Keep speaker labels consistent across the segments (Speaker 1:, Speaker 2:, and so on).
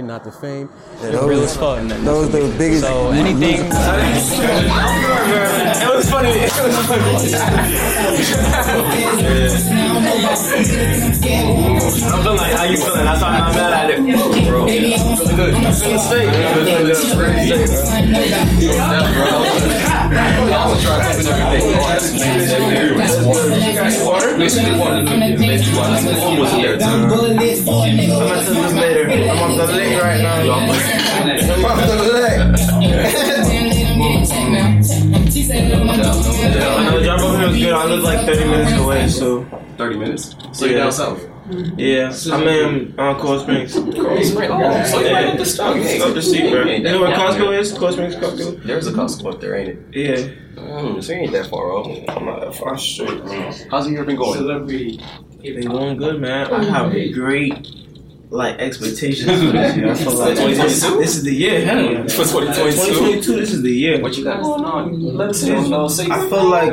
Speaker 1: not the fame.
Speaker 2: It's real as fuck.
Speaker 3: Those the biggest.
Speaker 2: So anything.
Speaker 4: It was funny. It was funny. I'm feeling like how you feeling. That's why I'm not mad at it. Bro, I'm feeling good. I'm feeling safe. I'm feeling good. I'm feeling safe, bro. I'm gonna try something every day. Basically, water. Basically, water. Almost there, too. I'm gonna send this later. I'm on the leg right now. I'm on the leg. I know the drive over here was good. I live like 30 minutes away, so.
Speaker 5: 30 minutes. So you're
Speaker 4: Yeah.
Speaker 5: down south.
Speaker 4: Yeah, I'm in uh, Cold Springs.
Speaker 5: Oh, so you're right up the street.
Speaker 4: It's up the street, bro. You know where Costco is? Cold Springs Costco.
Speaker 5: There's a Costco up there, ain't it?
Speaker 4: Yeah,
Speaker 5: Mm, so you ain't that far off.
Speaker 4: I'm not that far straight. man.
Speaker 5: How's your year been going?
Speaker 4: They going good, man. I have great like expectations for this year. I feel like this, this is the year. Hell yeah.
Speaker 5: For 2022.
Speaker 4: 2022, this is the year.
Speaker 5: What you got going on? Let us know. Say-
Speaker 4: I feel like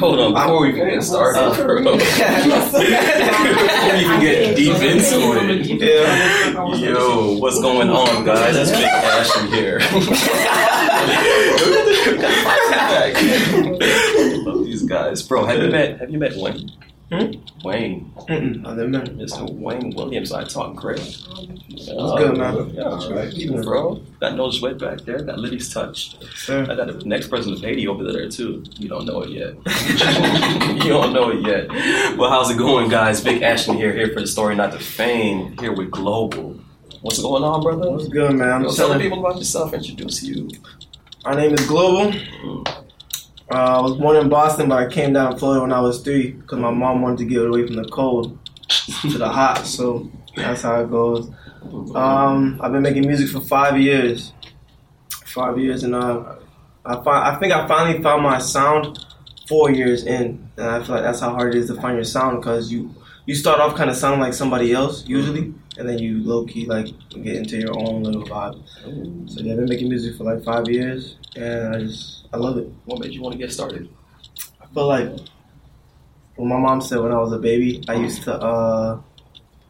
Speaker 5: Hold on, before we even get started, bro. before we even get deep into it.
Speaker 4: yeah.
Speaker 5: Yo, what's going on, guys? It's Big Ashley here. Love these guys, bro. Have you met? Have you met Wayne?
Speaker 4: Hmm?
Speaker 5: Wayne,
Speaker 4: Mm-mm, I don't know.
Speaker 5: Mr. Wayne Williams. I talk great. What's
Speaker 4: good, man?
Speaker 5: Yeah, all right, you, bro. Got no sweat back there. Got Liddy's touch. I
Speaker 4: Sir.
Speaker 5: got the next person to Haiti over there too. You don't know it yet. you don't know it yet. Well, how's it going, guys? Vic Ashton here, here for the story, not the fame. Here with Global. What's going on, brother?
Speaker 4: What's good, man? I'm
Speaker 5: Yo,
Speaker 4: chilling.
Speaker 5: tell the people about yourself. Introduce you.
Speaker 4: My name is Global. Uh, I was born in Boston, but I came down to Florida when I was three because my mom wanted to get away from the cold to the hot. So that's how it goes. Um, I've been making music for five years. Five years, and uh, I fi- I think I finally found my sound four years in, and I feel like that's how hard it is to find your sound because you you start off kind of sounding like somebody else usually, and then you low key like get into your own little vibe. So yeah, I've been making music for like five years, and I just I love it.
Speaker 5: What made you want to get started?
Speaker 4: I feel like what my mom said when I was a baby, I used to uh,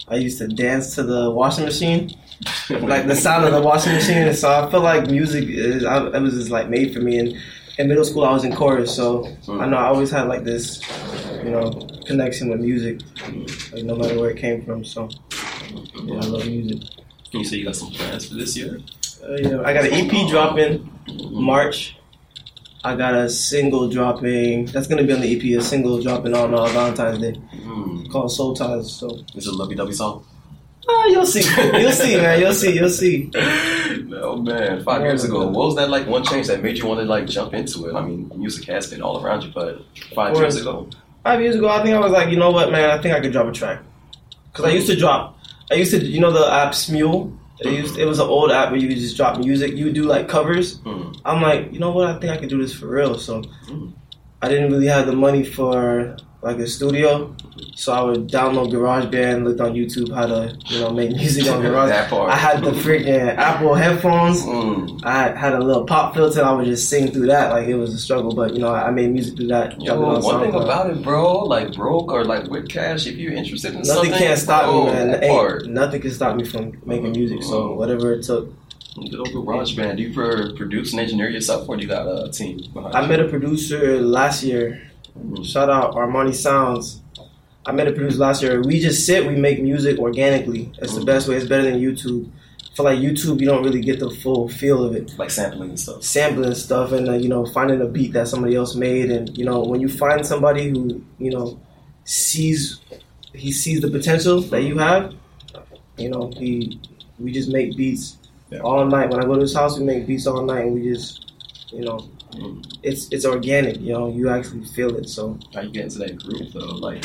Speaker 4: I used to dance to the washing machine, like the sound of the washing machine. And so I feel like music is I, it was just like made for me. And in middle school, I was in chorus, so I know I always had like this, you know, connection with music, like no matter where it came from. So yeah, I love music.
Speaker 5: You say you got some plans for this year?
Speaker 4: Uh, yeah, I got an EP dropping March. I got a single dropping. That's gonna be on the EP. A single dropping on uh, Valentine's Day
Speaker 5: Mm.
Speaker 4: called Soul Ties. So
Speaker 5: It's a lovey dovey song.
Speaker 4: ah, you'll see, you'll see, man, you'll see, you'll see.
Speaker 5: No man, five years ago, what was that like? One change that made you want to like jump into it? I mean, music has been all around you, but five years ago,
Speaker 4: Five years ago, I think I was like, you know what, man, I think I could drop a track. Cause I used to drop. I used to, you know, the app Smule. It,
Speaker 5: Mm-hmm.
Speaker 4: used, it was an old app where you could just drop music. You would do like covers.
Speaker 5: mm.
Speaker 4: I'm like, you know what? I think I could do this for real. So
Speaker 5: Mm-hmm.
Speaker 4: I didn't really have the money for like a studio, so I would download GarageBand, looked on YouTube how to you know make music on Garage.
Speaker 5: that part.
Speaker 4: I had the freaking Apple headphones.
Speaker 5: Mm.
Speaker 4: I had a little pop filter. I would just sing through that. Like it was a struggle, but you know I I made music through that.
Speaker 5: Yo,
Speaker 4: dropped it on
Speaker 5: one thing
Speaker 4: SoundCloud.
Speaker 5: about it, bro, like broke or like with cash, if you're interested in
Speaker 4: nothing
Speaker 5: something,
Speaker 4: can't stop
Speaker 5: bro,
Speaker 4: me, man.
Speaker 5: that
Speaker 4: Ain't-
Speaker 5: part.
Speaker 4: nothing can stop me from making music. So
Speaker 5: Mhm.
Speaker 4: whatever it took,
Speaker 5: Good old garage band. Do you pro- produce and engineer yourself, or do you got a team? Behind
Speaker 4: I
Speaker 5: you?
Speaker 4: met a producer last year. Shout out Armani Sounds. I met a producer last year. We just sit, we make music organically. That's the best way. It's better than YouTube. For like YouTube, you don't really get the full feel of it.
Speaker 5: like sampling and stuff.
Speaker 4: Sampling stuff and uh, you know finding a beat that somebody else made, and you know when you find somebody who you know sees he sees the potential that you have. You know he we just make beats
Speaker 5: Yeah.
Speaker 4: all night. When I go to his house, we make beats all night, and we just you know
Speaker 5: Mm.
Speaker 4: it's it's organic. You know you actually feel it. So
Speaker 5: How you get into that group though? Like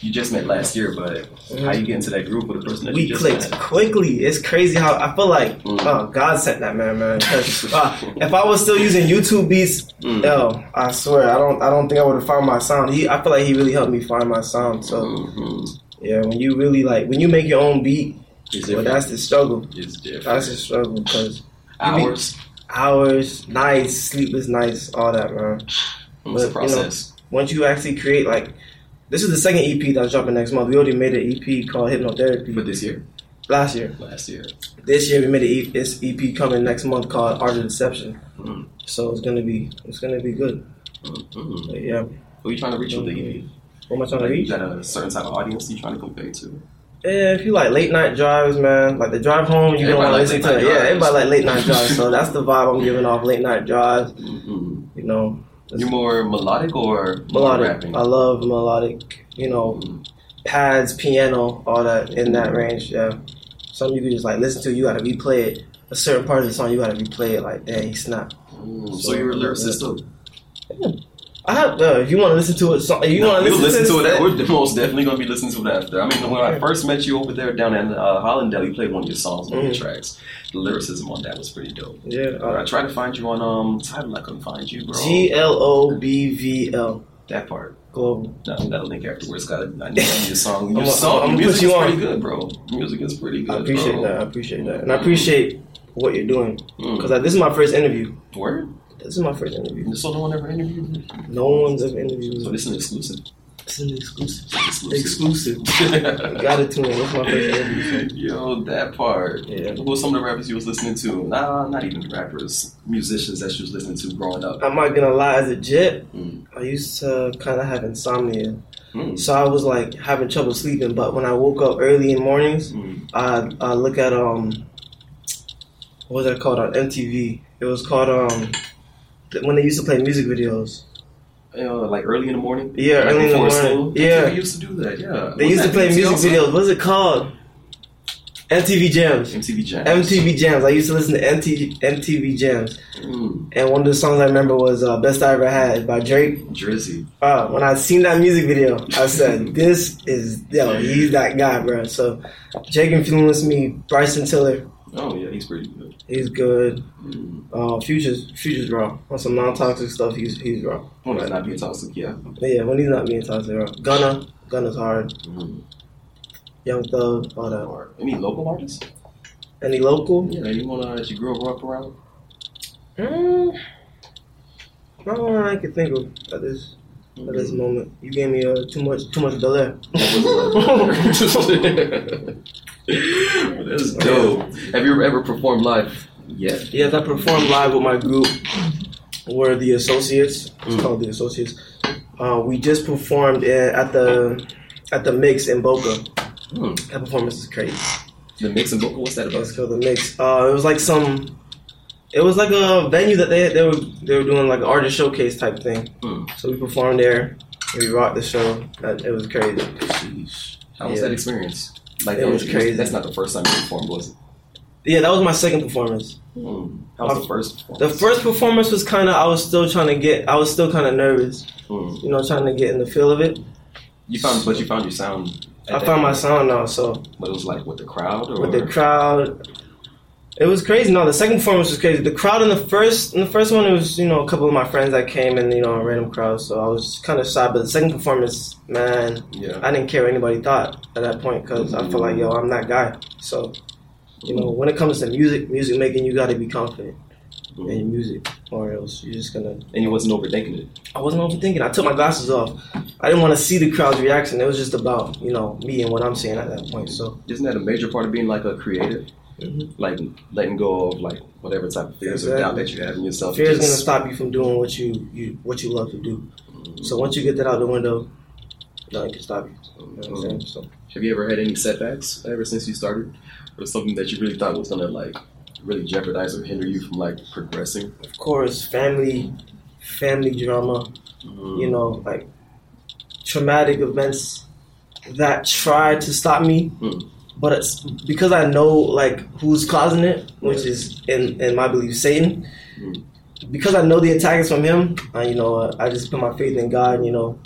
Speaker 5: you just met last year, but how you get into that group with a person that
Speaker 4: we
Speaker 5: you just Mm.
Speaker 4: clicked
Speaker 5: met?
Speaker 4: quickly. It's crazy how I feel like oh, God sent that man, man. 'Cause, uh, if I was still using YouTube beats,
Speaker 5: Mm.
Speaker 4: yo, I swear I don't I don't think I would have found my sound. He I feel like he really helped me find my sound. So
Speaker 5: Mhm.
Speaker 4: yeah, when you really like when you make your own beat,
Speaker 5: It's
Speaker 4: well,
Speaker 5: different.
Speaker 4: that's the struggle.
Speaker 5: it's different.
Speaker 4: That's the struggle because
Speaker 5: Hours.
Speaker 4: hours, nights, sleepless nights, all that, man.
Speaker 5: It's a
Speaker 4: But, you know,
Speaker 5: process.
Speaker 4: Once you actually create E like. This is the second EP that's dropping next month. We already made an EP E called Hypnotherapy.
Speaker 5: But this year,
Speaker 4: Last year.
Speaker 5: last year.
Speaker 4: This year we made an e- this EP coming next month called Art of Deception.
Speaker 5: Mm.
Speaker 4: So it's gonna be it's gonna be good.
Speaker 5: Mm-hmm.
Speaker 4: But yeah.
Speaker 5: Who you trying to reach with the EV?
Speaker 4: What am I trying to
Speaker 5: You
Speaker 4: reach?
Speaker 5: got a certain type of audience you trying to convey to?
Speaker 4: Yeah, if you like late night drives, man, like the drive home, you don't want
Speaker 5: Everybody
Speaker 4: to
Speaker 5: like
Speaker 4: listen
Speaker 5: late
Speaker 4: to.
Speaker 5: night
Speaker 4: Yeah,
Speaker 5: drives.
Speaker 4: everybody like late night drives, so that's the vibe I'm giving off. Late night drives,
Speaker 5: Mm-hmm.
Speaker 4: you know,
Speaker 5: You more melodic or more
Speaker 4: melodic. Uh,
Speaker 5: rapping?
Speaker 4: I love melodic, you know, pads, piano, all that in that range. Yeah, something you can just like listen to. You gotta replay it. A certain part of the song, you gotta replay it. Like, damn, he snapped.
Speaker 5: Mm, so you're a lyricist too.
Speaker 4: I have. Uh, if you want to listen to it, so, if you
Speaker 5: No,
Speaker 4: want to
Speaker 5: we'll
Speaker 4: listen,
Speaker 5: listen to it.
Speaker 4: this-
Speaker 5: That. We're most definitely gonna be listening to it after. I mean, when I first met you over there down in uh, Hollandale, you played one of your songs, one of your
Speaker 4: Mhm.
Speaker 5: tracks. The lyricism on that was pretty dope.
Speaker 4: Yeah.
Speaker 5: I
Speaker 4: Uh,
Speaker 5: tried to find you on um title. I couldn't find you, bro.
Speaker 4: G L O B V L
Speaker 5: that part.
Speaker 4: Global.
Speaker 5: No, we got a link afterwards. Got to I need your song. Your
Speaker 4: I'ma-
Speaker 5: song,
Speaker 4: I'ma
Speaker 5: your music
Speaker 4: put you
Speaker 5: is
Speaker 4: on.
Speaker 5: pretty good, bro. Your music is pretty good.
Speaker 4: I appreciate
Speaker 5: bro.
Speaker 4: that. I appreciate that, and I appreciate what you're doing
Speaker 5: Mm.
Speaker 4: because like, this is my first interview.
Speaker 5: Word?
Speaker 4: This is my first interview.
Speaker 5: So no one ever interviewed you.
Speaker 4: No one's ever interviewed
Speaker 5: So
Speaker 4: me.
Speaker 5: this is an exclusive.
Speaker 4: This is an exclusive.
Speaker 5: Exclusive.
Speaker 4: Exclusive. You gotta tune in. This is my first interview.
Speaker 5: Yo, that part.
Speaker 4: Yeah.
Speaker 5: Who was some of the rappers you was listening to? Nah, not even rappers. Musicians that you was listening to growing up.
Speaker 4: I'm not gonna lie, as a jet,
Speaker 5: Mm.
Speaker 4: I used to kind of have insomnia.
Speaker 5: Mm.
Speaker 4: So I was like having trouble sleeping, but when I woke up early in mornings,
Speaker 5: Mm.
Speaker 4: I, I look at, um, what was that called on MTV? It was called, um, th- when they used to play music videos.
Speaker 5: Uh, like early in the morning.
Speaker 4: Yeah,
Speaker 5: Like
Speaker 4: early in the
Speaker 5: before
Speaker 4: morning.
Speaker 5: school?
Speaker 4: Yeah.
Speaker 5: They used to do that. Yeah.
Speaker 4: They
Speaker 5: Wasn't
Speaker 4: used to
Speaker 5: that
Speaker 4: play
Speaker 5: MTV
Speaker 4: music
Speaker 5: also?
Speaker 4: videos. What was it called? MTV Jams.
Speaker 5: MTV Jam.
Speaker 4: MTV Jams. I used to listen to MTV, MTV Jams.
Speaker 5: Mm.
Speaker 4: And one of the songs I remember was uh, "Best I Ever Had" by Drake.
Speaker 5: Drizzy.
Speaker 4: Uh, when I seen that music video, I said, "This is yo, he's that guy, bro." So Drake influenced me. Bryson Tiller,
Speaker 5: Oh yeah, he's pretty good.
Speaker 4: he's good.
Speaker 5: Mm.
Speaker 4: Uh, Futures, Futures raw on some non-toxic stuff. He's he's raw.
Speaker 5: Well, that's not being toxic. Yeah.
Speaker 4: But yeah, when he's not being toxic, raw. Gunna, Gunna's hard.
Speaker 5: Mm.
Speaker 4: Young Thug, all that.
Speaker 5: Or any local artists?
Speaker 4: Any local?
Speaker 5: Yeah, anyone uh, that you grew up around?
Speaker 4: Mm, not one I can think of at this at this moment. You gave me uh, too much too much Bel Air.
Speaker 5: That's dope. Have you ever performed live? Yeah.
Speaker 4: Yes, I performed live with my group. We're the Associates. It's
Speaker 5: Mm.
Speaker 4: called the Associates. Uh, we just performed in, at the at the Mix in Boca.
Speaker 5: Hmm.
Speaker 4: That performance is crazy.
Speaker 5: The mix and vocal, what's that about?
Speaker 4: It's called the Mix. Uh, it was like some. It was like a venue that they they were they were doing like an artist showcase type thing.
Speaker 5: Mm.
Speaker 4: So we performed there. We rocked the show. That- It was crazy.
Speaker 5: How was
Speaker 4: Yeah.
Speaker 5: that experience? Like
Speaker 4: It
Speaker 5: that
Speaker 4: was crazy.
Speaker 5: That's not the first time you performed, was it?
Speaker 4: Yeah, that was my second performance.
Speaker 5: Mm. How was the first?
Speaker 4: Hmm. Uh, The first performance was kind of I was still trying to get I was still kind of nervous,
Speaker 5: Mm.
Speaker 4: you know, trying to get in the feel of it.
Speaker 5: You found, but you found your sound. at
Speaker 4: I
Speaker 5: that
Speaker 4: found my
Speaker 5: point.
Speaker 4: sound now, so
Speaker 5: But it was like with the crowd, or
Speaker 4: with the crowd, it was crazy. No, the second performance was crazy. The crowd in the first in the first one it was you know a couple of my friends that came and you know a random crowd, so I was kind of shy. But the second performance, man,
Speaker 5: yeah.
Speaker 4: I didn't care what anybody thought at that point because I felt like yo, I'm that guy. So you know, when it comes to music, music making, you got to be confident
Speaker 5: Mm.
Speaker 4: in your music, or else you're just gonna
Speaker 5: And you wasn't overthinking it.
Speaker 4: I wasn't overthinking. I took my glasses off. I didn't want to see the crowd's reaction. It was just about you know me and what I'm saying at that point. So
Speaker 5: Isn't that a major part of being like a creative?
Speaker 4: Mhm.
Speaker 5: Like letting go of like whatever type of fears or doubt
Speaker 4: Exactly.
Speaker 5: that you have in yourself.
Speaker 4: fear is gonna
Speaker 5: Just-
Speaker 4: stop you from doing what you, you what you love to do. So once you get that out the window, nothing can stop you. You know
Speaker 5: Hmm.
Speaker 4: what I'm saying? So
Speaker 5: Have you ever had any setbacks ever since you started, or something that you really thought was gonna like really jeopardize or hinder you from like progressing?
Speaker 4: of course, family, family drama. You know, like traumatic events that tried to stop me.
Speaker 5: Mhm.
Speaker 4: But it's because I know like who's causing it, which is in in my belief Satan. because I know the attack is from him, I, you know, uh, I just put my faith in God, you know,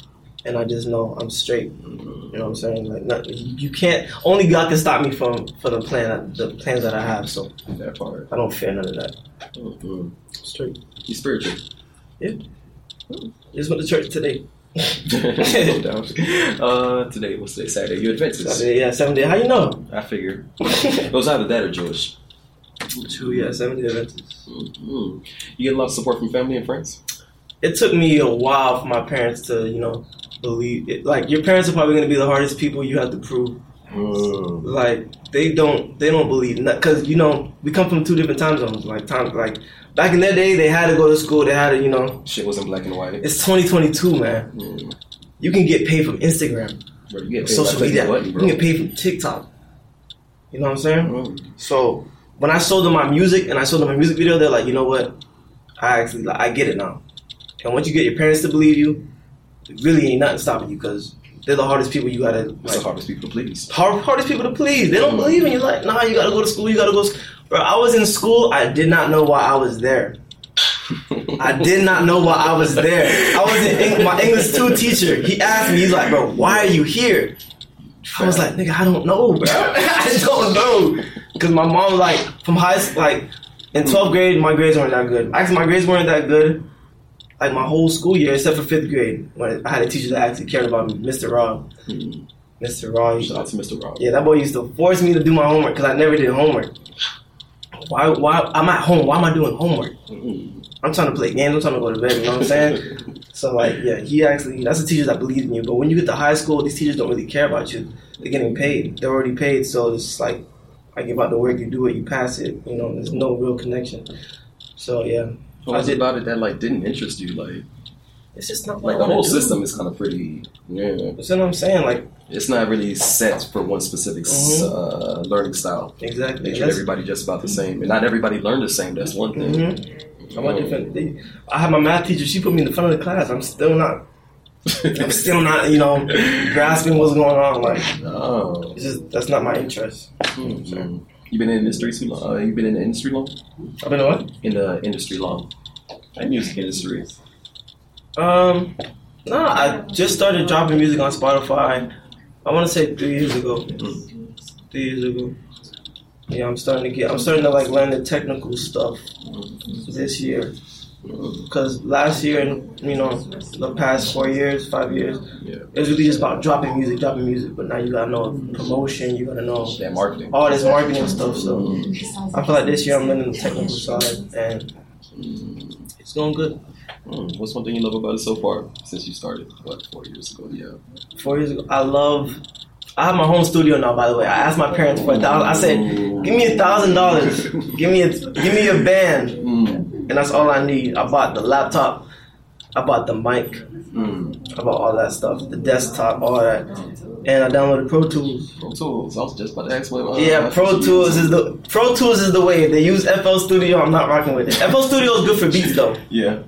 Speaker 4: and I just know I'm straight. You know what I'm saying? Like, not, you can't. Only God can stop me from for the plan, the plans that I have. So
Speaker 5: that part.
Speaker 4: I don't fear none of that. um,
Speaker 5: mm
Speaker 4: Straight.
Speaker 5: You spiritual.
Speaker 4: Just went to church today.
Speaker 5: No doubt. uh, today what's today? Saturday. You Adventist.
Speaker 4: Saturday, yeah, seven day. How you know?
Speaker 5: I figured it was either that or Jewish.
Speaker 4: Two, yeah, seven day Adventist. Mm-hmm.
Speaker 5: mm You get a lot of support from family and friends.
Speaker 4: It took me a while for my parents to, you know, believe. It. Like your parents are probably gonna be the hardest people you have to prove
Speaker 1: Mm.
Speaker 4: like they don't they don't believe because you know we come from two different time zones. Like time like back in their day, they had to go to school. They had to you know
Speaker 5: Shit wasn't black and white.
Speaker 4: it's 2022, man.
Speaker 5: Mm.
Speaker 4: You can get paid from Instagram,
Speaker 5: Bro, you get paid
Speaker 4: social
Speaker 5: by clicking
Speaker 4: media.
Speaker 5: the button,
Speaker 4: you
Speaker 5: bro.
Speaker 4: can get paid from TikTok. You know what I'm saying?
Speaker 5: Mm.
Speaker 4: So when I showed them my music and I showed them my music video, they're like, you know what? I actually like, I get it now. And once you get your parents to believe you, really ain't nothing stopping you because they're the hardest people you gotta
Speaker 5: It's
Speaker 4: like,
Speaker 5: the hardest people to please.
Speaker 4: hard, hardest people to please. They don't believe in you. Like, nah, you gotta go to school. You gotta go. s- Bro, I was in school. I did not know why I was there. I did not know why I was there. I was in Eng- my English two teacher. He asked me, he's like, bro, why are you here? I was like, nigga, I don't know, bro. I don't know. Cause my mom, like, from high school, like, in 12th grade, my grades weren't that good. Actually, my grades weren't that good, like, my whole school year, except for fifth grade, when I had a teacher that actually cared about me, Mr. Rob. Mr. Rob, he
Speaker 5: Mm. Shout out to Mr. Rob.
Speaker 4: yeah, that boy used to force me to do my homework because I never did homework. Why? Why? I'm at home. Why am I doing homework?
Speaker 5: Mm.
Speaker 4: I'm trying to play games. I'm trying to go to bed. You know what I'm saying? so like, yeah, he actually that's the teachers that believe in you. But when you get to high school, these teachers don't really care about you. They're getting paid. They're already paid. So it's just like, I give out the work. You do it. You pass it. You know, there's no real connection. So yeah,
Speaker 5: What was it about it that like didn't interest you? Like,
Speaker 4: it's just not what
Speaker 5: like
Speaker 4: I
Speaker 5: the
Speaker 4: wanna
Speaker 5: whole
Speaker 4: do.
Speaker 5: system is kind of pretty. Yeah,
Speaker 4: That's what I'm saying. Like
Speaker 5: it's not really set for one specific s uh, learning style.
Speaker 4: exactly.
Speaker 5: They treat
Speaker 4: That's-
Speaker 5: everybody just about the same, and not everybody learned the same. That's one thing. Um,
Speaker 4: Mhm. I'm on different. They, I had my math teacher. She put me in the front of the class. I'm still not. I'm still not. You know, grasping what's going on. Like
Speaker 5: No.
Speaker 4: it's just that's not my interest. Mm-hmm.
Speaker 5: Mm. You been in the industry too long. Uh, you been in the industry long?
Speaker 4: I've been what?
Speaker 5: In the industry long. In music industry.
Speaker 4: Um, no, I just started dropping music on Spotify. I want to say three years ago. Three years ago. Yeah, I'm starting to get. I'm starting to like learn the technical stuff this year. Cause last year and you know the past four years, five years,
Speaker 5: Yeah.
Speaker 4: it was really just about dropping music, dropping music. But now you gotta know promotion. You gotta know
Speaker 5: That Oh, marketing.
Speaker 4: all this marketing stuff. So
Speaker 5: Mm.
Speaker 4: I feel like this year I'm learning the technical side, and Mm-hmm. it's going good.
Speaker 5: Mm. What's one thing you love about it so far since you started? What four years ago? Yeah.
Speaker 4: four years ago. I love. I have my home studio now. By the way, I asked my parents for a thousand. I said, "Give me a thousand dollars. Give me a give me a band,
Speaker 5: Mm.
Speaker 4: and that's all I need." I bought the laptop. I bought the mic.
Speaker 5: Mm.
Speaker 4: I bought all that stuff. The desktop, all that, and I downloaded Pro Tools.
Speaker 5: Pro Tools. I was just about to ask what. uh,
Speaker 4: Yeah, Pro Tools is the Pro Tools is the way. They use FL Studio. I'm not rocking with it. FL Studio is good for beats though,
Speaker 5: Yeah.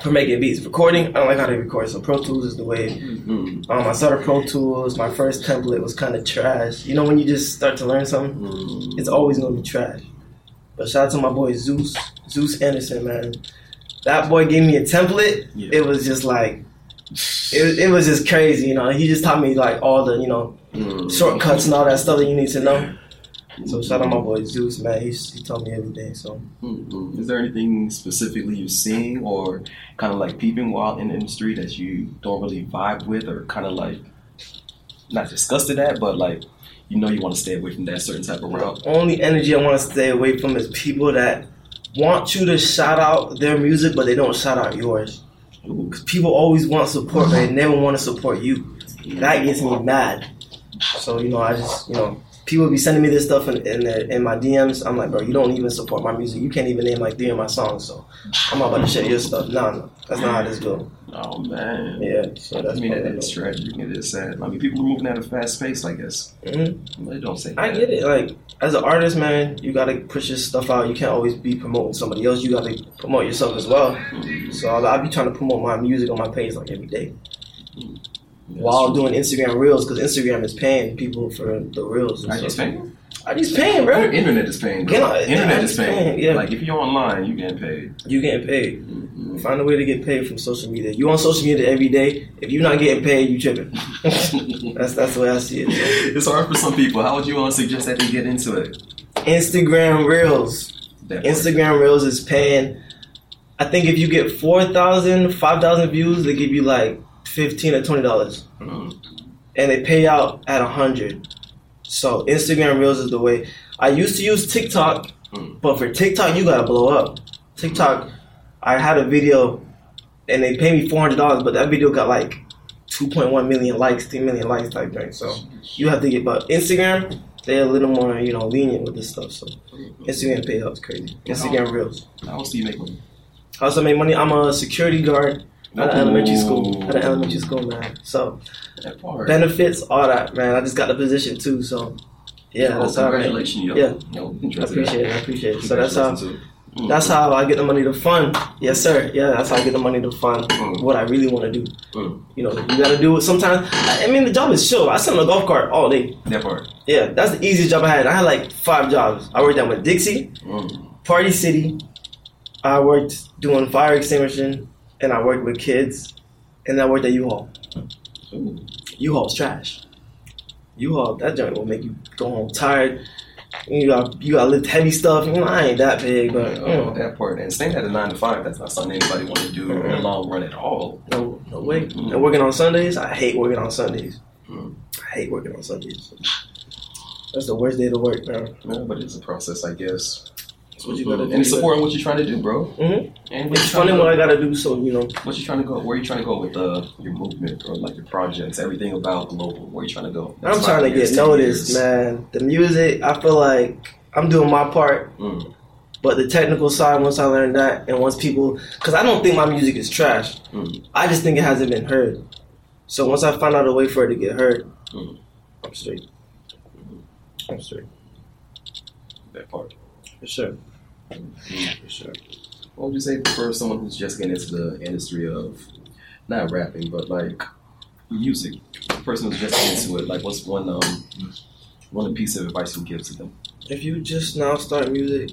Speaker 4: for making beats. Recording, I don't like how they record, so Pro Tools is the way.
Speaker 5: Mm.
Speaker 4: Um, I started Pro Tools. My first template was kind of trash. You know, when you just start to learn something,
Speaker 5: Mm.
Speaker 4: it's always gonna be trash. But shout out to my boy Zeus, Zeus Anderson, man. That boy gave me a template.
Speaker 5: Yeah.
Speaker 4: It was just like, it, it was just crazy. You know, he just taught me like all the you know
Speaker 5: Mm.
Speaker 4: shortcuts and all that stuff that you need to know. So shout out my boy Zeus, man. He, he taught me everything. So
Speaker 5: Mm-hmm. Is there anything specifically you're seeing or kind of like peeping while in the industry that you don't really vibe with or kind of like not disgusted at, but like you know you want to stay away from that certain type of route?
Speaker 4: the only energy I want to stay away from is people that want you to shout out their music, but they don't shout out yours.
Speaker 5: Ooh.
Speaker 4: people always want support, but they never want to support you. That gets me mad. So you know, I just you know, people be sending me this stuff in in, their, in my DMs. I'm like, bro, you don't even support my music. You can't even name like three of my songs. So I'm not about to share your stuff. Nah, no, that's not how this go.
Speaker 5: Oh man.
Speaker 4: Yeah, so
Speaker 5: I
Speaker 4: that's
Speaker 5: mean,
Speaker 4: me.
Speaker 5: that is tragic. It is sad. I mean, people are moving at a fast pace, I guess.
Speaker 4: Mhm.
Speaker 5: They don't say
Speaker 4: I
Speaker 5: that.
Speaker 4: get it. Like as an artist, man, you gotta push your stuff out. You can't always be promoting somebody else. You gotta promote yourself as well.
Speaker 5: Mm-hmm.
Speaker 4: So I, I be trying to promote my music on my page like every day.
Speaker 5: That's
Speaker 4: while
Speaker 5: true.
Speaker 4: doing Instagram reels because Instagram is paying people for the reels. and
Speaker 5: I just
Speaker 4: stuff.
Speaker 5: paying.
Speaker 4: I just paying,
Speaker 5: Your
Speaker 4: bro.
Speaker 5: internet is paying. Bro.
Speaker 4: Yeah,
Speaker 5: internet is
Speaker 4: it's
Speaker 5: paying.
Speaker 4: paying, yeah.
Speaker 5: Like if you're online, you getting paid.
Speaker 4: You getting paid?
Speaker 5: Mm-hmm.
Speaker 4: Find a way to get paid from social media. You on social media every day. If you're not getting paid, you tripping. that's that's the way I see it.
Speaker 5: it's hard for some people. How would you want to suggest that they get into it?
Speaker 4: Instagram reels.
Speaker 5: That part.
Speaker 4: Instagram reels is paying. I think if you get 4,000, 5,000 views, they give you like fifteen or twenty dollars.
Speaker 5: Mm.
Speaker 4: and they pay out at 100. So Instagram Reels is the way. I used to use TikTok,
Speaker 5: Mm.
Speaker 4: but for TikTok you gotta blow up. TikTok, I had a video, and they paid me four hundred dollars, but that video got like 2.1 million likes, 3 million likes type thing. So you have to get, but Instagram, they're a little more, you know, lenient with this stuff. So Instagram pay helps crazy. Instagram Reels.
Speaker 5: How else do you make money?
Speaker 4: I also make money. I'm a security guard at an elementary school. At an
Speaker 5: Ooh.
Speaker 4: elementary school, man. So
Speaker 5: That part.
Speaker 4: benefits, all that, man. I just got the position too. So yeah,
Speaker 5: oh,
Speaker 4: that's how I make.
Speaker 5: congratulations, yo.
Speaker 4: Yeah.
Speaker 5: Yo,
Speaker 4: I appreciate it. I appreciate it. So that's how.
Speaker 5: Congratulations, too. Mm.
Speaker 4: That's how I get the money to fund. Yes, sir. Yeah, that's how I get the money to fund
Speaker 5: Mm.
Speaker 4: what I really want to do.
Speaker 5: Mm.
Speaker 4: You know, you gotta do it. Sometimes, I I mean, the job is chill. I sit on a golf cart all day.
Speaker 5: That part.
Speaker 4: Yeah, that's the easiest job I had. I had like five jobs. I worked at with Dixie,
Speaker 5: Mm.
Speaker 4: Party City. I worked doing fire extinguishing, and I worked with kids, and I worked at U-Haul.
Speaker 5: Ooh.
Speaker 4: U-Haul's trash. U-Haul, that joint will make you go home tired. You got you got to lift heavy stuff. You know, I ain't that big, but uh, you
Speaker 5: Oh,
Speaker 4: know,
Speaker 5: that part. And staying at a nine to five, that's not something anybody want to do in the long run at all.
Speaker 4: no, no way.
Speaker 5: Mm.
Speaker 4: And working on Sundays, I hate working on Sundays. I hate working on Sundays. That's the worst day to work, man.
Speaker 5: No, but it's a process, I guess.
Speaker 4: That's what you gotta do.
Speaker 5: And it's supporting what you're trying to do, bro.
Speaker 4: Mhm.
Speaker 5: And what
Speaker 4: It's
Speaker 5: you trying
Speaker 4: funny
Speaker 5: to
Speaker 4: what I gotta do, so you know.
Speaker 5: What you trying to go? Where you trying to go with uh, your movement or like your projects? Everything about global. Where you trying to go?
Speaker 4: I'm trying to get noticed, man. The music, I feel like I'm doing my part,
Speaker 5: Mm.
Speaker 4: but the technical side, once I learn that, and once people, because I don't think my music is trash,
Speaker 5: Mm.
Speaker 4: I just think it hasn't been heard. So once I find out a way for it to get heard,
Speaker 5: Mm.
Speaker 4: I'm straight. I'm straight.
Speaker 5: That part.
Speaker 4: For sure.
Speaker 5: Mm.
Speaker 4: For sure.
Speaker 5: What would you say for someone who's just getting into the industry of not rapping, but like music? The person who's just getting into it, like what's one um one piece of advice you give to them?
Speaker 4: If you just now start music,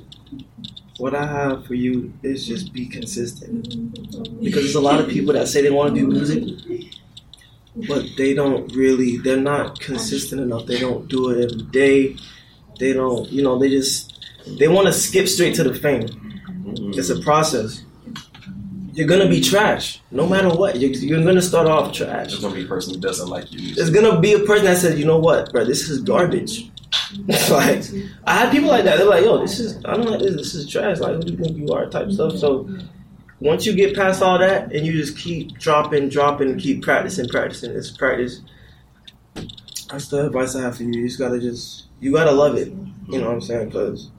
Speaker 4: what I have for you is just be consistent. Because there's a lot of people that say they want to do music, but they don't really, they're not consistent enough. They don't do it every day. They don't, you know, they just, they want to skip straight to the fame. It's a process. You're going to be trash, no matter what. You're, you're going to start off trash
Speaker 5: There's gonna be a person who doesn't like your music.
Speaker 4: there's gonna be a person that says, you know what, bro, this is garbage. like, I had people like that. They're like, yo, this is, I don't like this. This is trash. Like, who do you think you are? Type stuff. So, once you get past all that and you just keep dropping, dropping, keep practicing, practicing, it's practice. That's the advice I have for you. You just gotta just, you gotta love it. You know what I'm saying? Because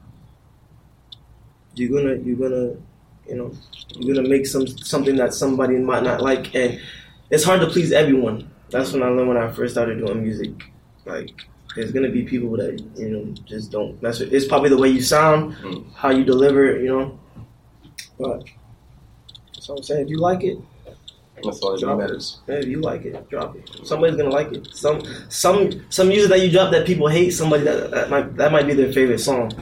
Speaker 4: you're gonna, you're gonna, you know, you're gonna make some something that somebody might not like, and it's hard to please everyone that's when I learned when I first started doing music. Like, there's gonna be people that you know just don't mess with. It's probably the way you sound,
Speaker 5: Mm.
Speaker 4: how you deliver, it, you know. But that's what I'm saying. If you like it,
Speaker 5: That's all that matters.
Speaker 4: man, if you like it, drop it. Somebody's gonna like it. Some some some music that you drop that people hate. Somebody that that might that might be their favorite song.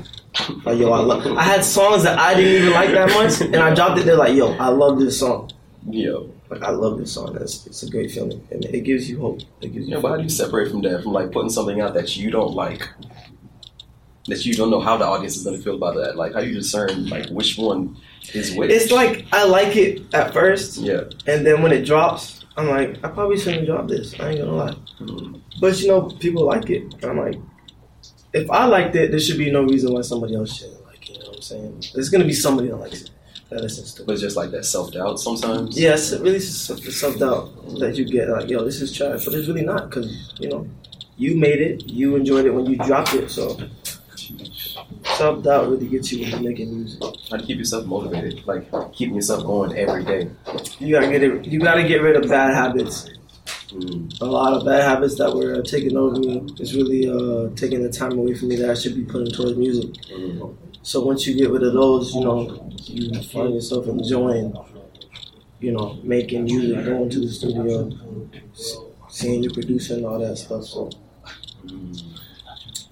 Speaker 4: Like yo, I love. I had songs that I didn't even like that much, and I dropped it. They're like, yo, I love this song.
Speaker 5: Yo.
Speaker 4: Like I love this song. That's it's a great feeling, and it gives you hope. It gives you.
Speaker 5: Yeah, but how do you separate from that? From like putting something out that you don't like, that you don't know how the audience is going to feel about that. Like how you discern like which one is which.
Speaker 4: It's like I like it at first,
Speaker 5: yeah,
Speaker 4: and then when it drops, I'm like, I probably shouldn't drop this. I ain't gonna lie.
Speaker 5: Mhm.
Speaker 4: But you know, people like it. And I'm like, if I liked it, there should be no reason why somebody else shouldn't like it. You know what I'm saying? There's gonna be somebody that likes it that listens to it.
Speaker 5: but it's just like that self doubt sometimes.
Speaker 4: Yeah, it's really self doubt that you get like, yo, this is trash, but it's really not because you know, you made it, you enjoyed it when you dropped it, so. Self doubt really gets you when you're making music.
Speaker 5: How to keep yourself motivated, like keeping yourself going every day.
Speaker 4: You gotta get it. You gotta get rid of bad habits.
Speaker 5: Mm.
Speaker 4: a lot of bad habits that were uh, taking over me is really uh, taking the time away from me that I should be putting towards music.
Speaker 5: Mm.
Speaker 4: So once you get rid of those, you know, you find yourself enjoying, you know, making music, going to the studio, s- seeing your producer and all that stuff. So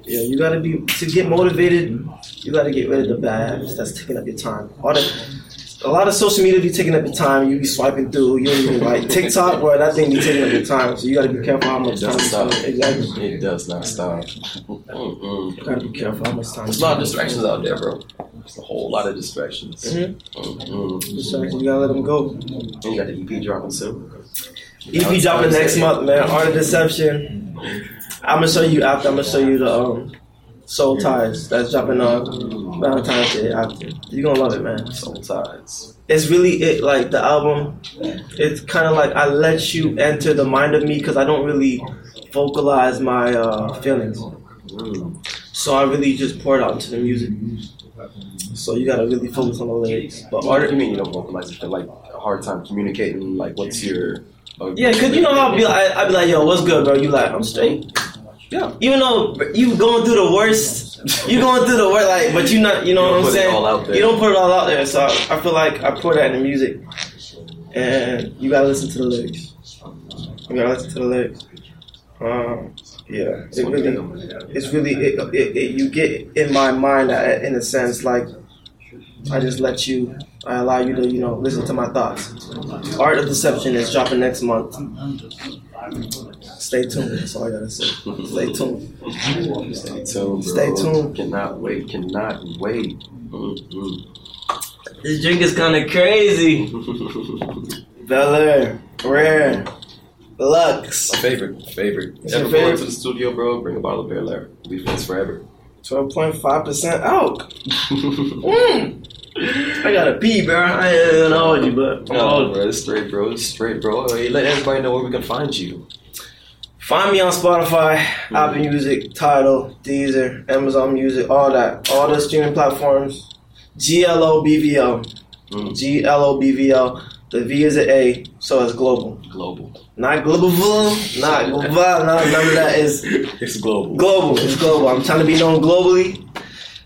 Speaker 4: yeah, you gotta be to get motivated. You gotta get rid of the bad habits that's taking up your time. All the a lot of social media be taking up your time. You be swiping through. You don't even like TikTok, where that thing be taking up your time. So you gotta be careful how much time you
Speaker 5: Stop.
Speaker 4: spend. Exactly.
Speaker 5: It does not stop. Mm-mm.
Speaker 4: You gotta be careful how much time.
Speaker 5: There's a lot of distractions out there, bro. There's a whole lot of distractions.
Speaker 4: Mhm.
Speaker 5: Mm-mm.
Speaker 4: Distractions, You gotta let them go.
Speaker 5: And you got the EP dropping soon.
Speaker 4: EP dropping next month, man. Art of Deception. I'm gonna show you after. I'm gonna show you the um, Soul Ties. That's dropping on Valentine's Day. I- You're gonna love it, man.
Speaker 5: Soul Tides.
Speaker 4: It's really it. Like the album, it's kind of like I let you enter the mind of me because I don't really vocalize my uh, feelings. So I really just pour it out into the music. So you gotta really focus on the lyrics. But
Speaker 5: But what do you mean you don't vocalize if you're like a hard time communicating? Like, what's your. uh,
Speaker 4: Yeah, cause you know how I be like, I be like, yo, what's good, bro? You like, I'm straight. Yeah. Even though you going through the worst, you going through the worst, like, but you not, you know
Speaker 5: You don't
Speaker 4: what I'm
Speaker 5: put it
Speaker 4: saying?
Speaker 5: all out there.
Speaker 4: You don't put it all out there. So I, I feel like I put that in the music, and you gotta listen to the lyrics. You gotta listen to the lyrics. Um, yeah, it really, it's really, it, it, it, you get in my mind I, in a sense like. I just let you, I allow you to, you know, listen to my thoughts. Art of Deception is dropping next month. Stay tuned. That's all I gotta say. Stay tuned.
Speaker 5: Stay tuned. Bro.
Speaker 4: Stay tuned.
Speaker 5: Cannot wait. Cannot wait. Mm-hmm.
Speaker 4: This drink is kind of crazy. Bel Air, Rare, Lux,
Speaker 5: favorite. Favorite.
Speaker 4: It's
Speaker 5: Ever
Speaker 4: your
Speaker 5: go
Speaker 4: favorite?
Speaker 5: into the studio, bro? Bring a bottle of Bear Larry. We friends forever.
Speaker 4: 12.5% out. Mm. I gotta pee, bro. I ain't even hold you, but I'm old.
Speaker 5: No, bro, it's straight, bro. It's straight, bro. Hey, let everybody know where we can find you.
Speaker 4: Find me on Spotify, Apple Music, Tidal, Deezer, Amazon Music, all that. All the streaming platforms. G L O B V L.
Speaker 5: Mm.
Speaker 4: G L O B V L. The V is an A, so it's global.
Speaker 5: Global.
Speaker 4: Not global, not global, not none of that is
Speaker 5: It's global.
Speaker 4: global. It's global. I'm trying to be known globally.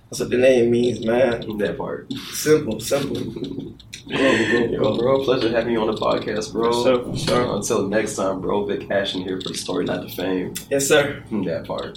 Speaker 4: That's what the name means, man.
Speaker 5: that part.
Speaker 4: Simple, simple. Global, global,
Speaker 5: Yo,
Speaker 4: global.
Speaker 5: bro, pleasure having you on the podcast, bro.
Speaker 4: Yes, sir, for sure.
Speaker 5: Uh, Until next time, bro. Vic Ashton here for Story Not to Fame.
Speaker 4: Yes, sir.
Speaker 5: That part.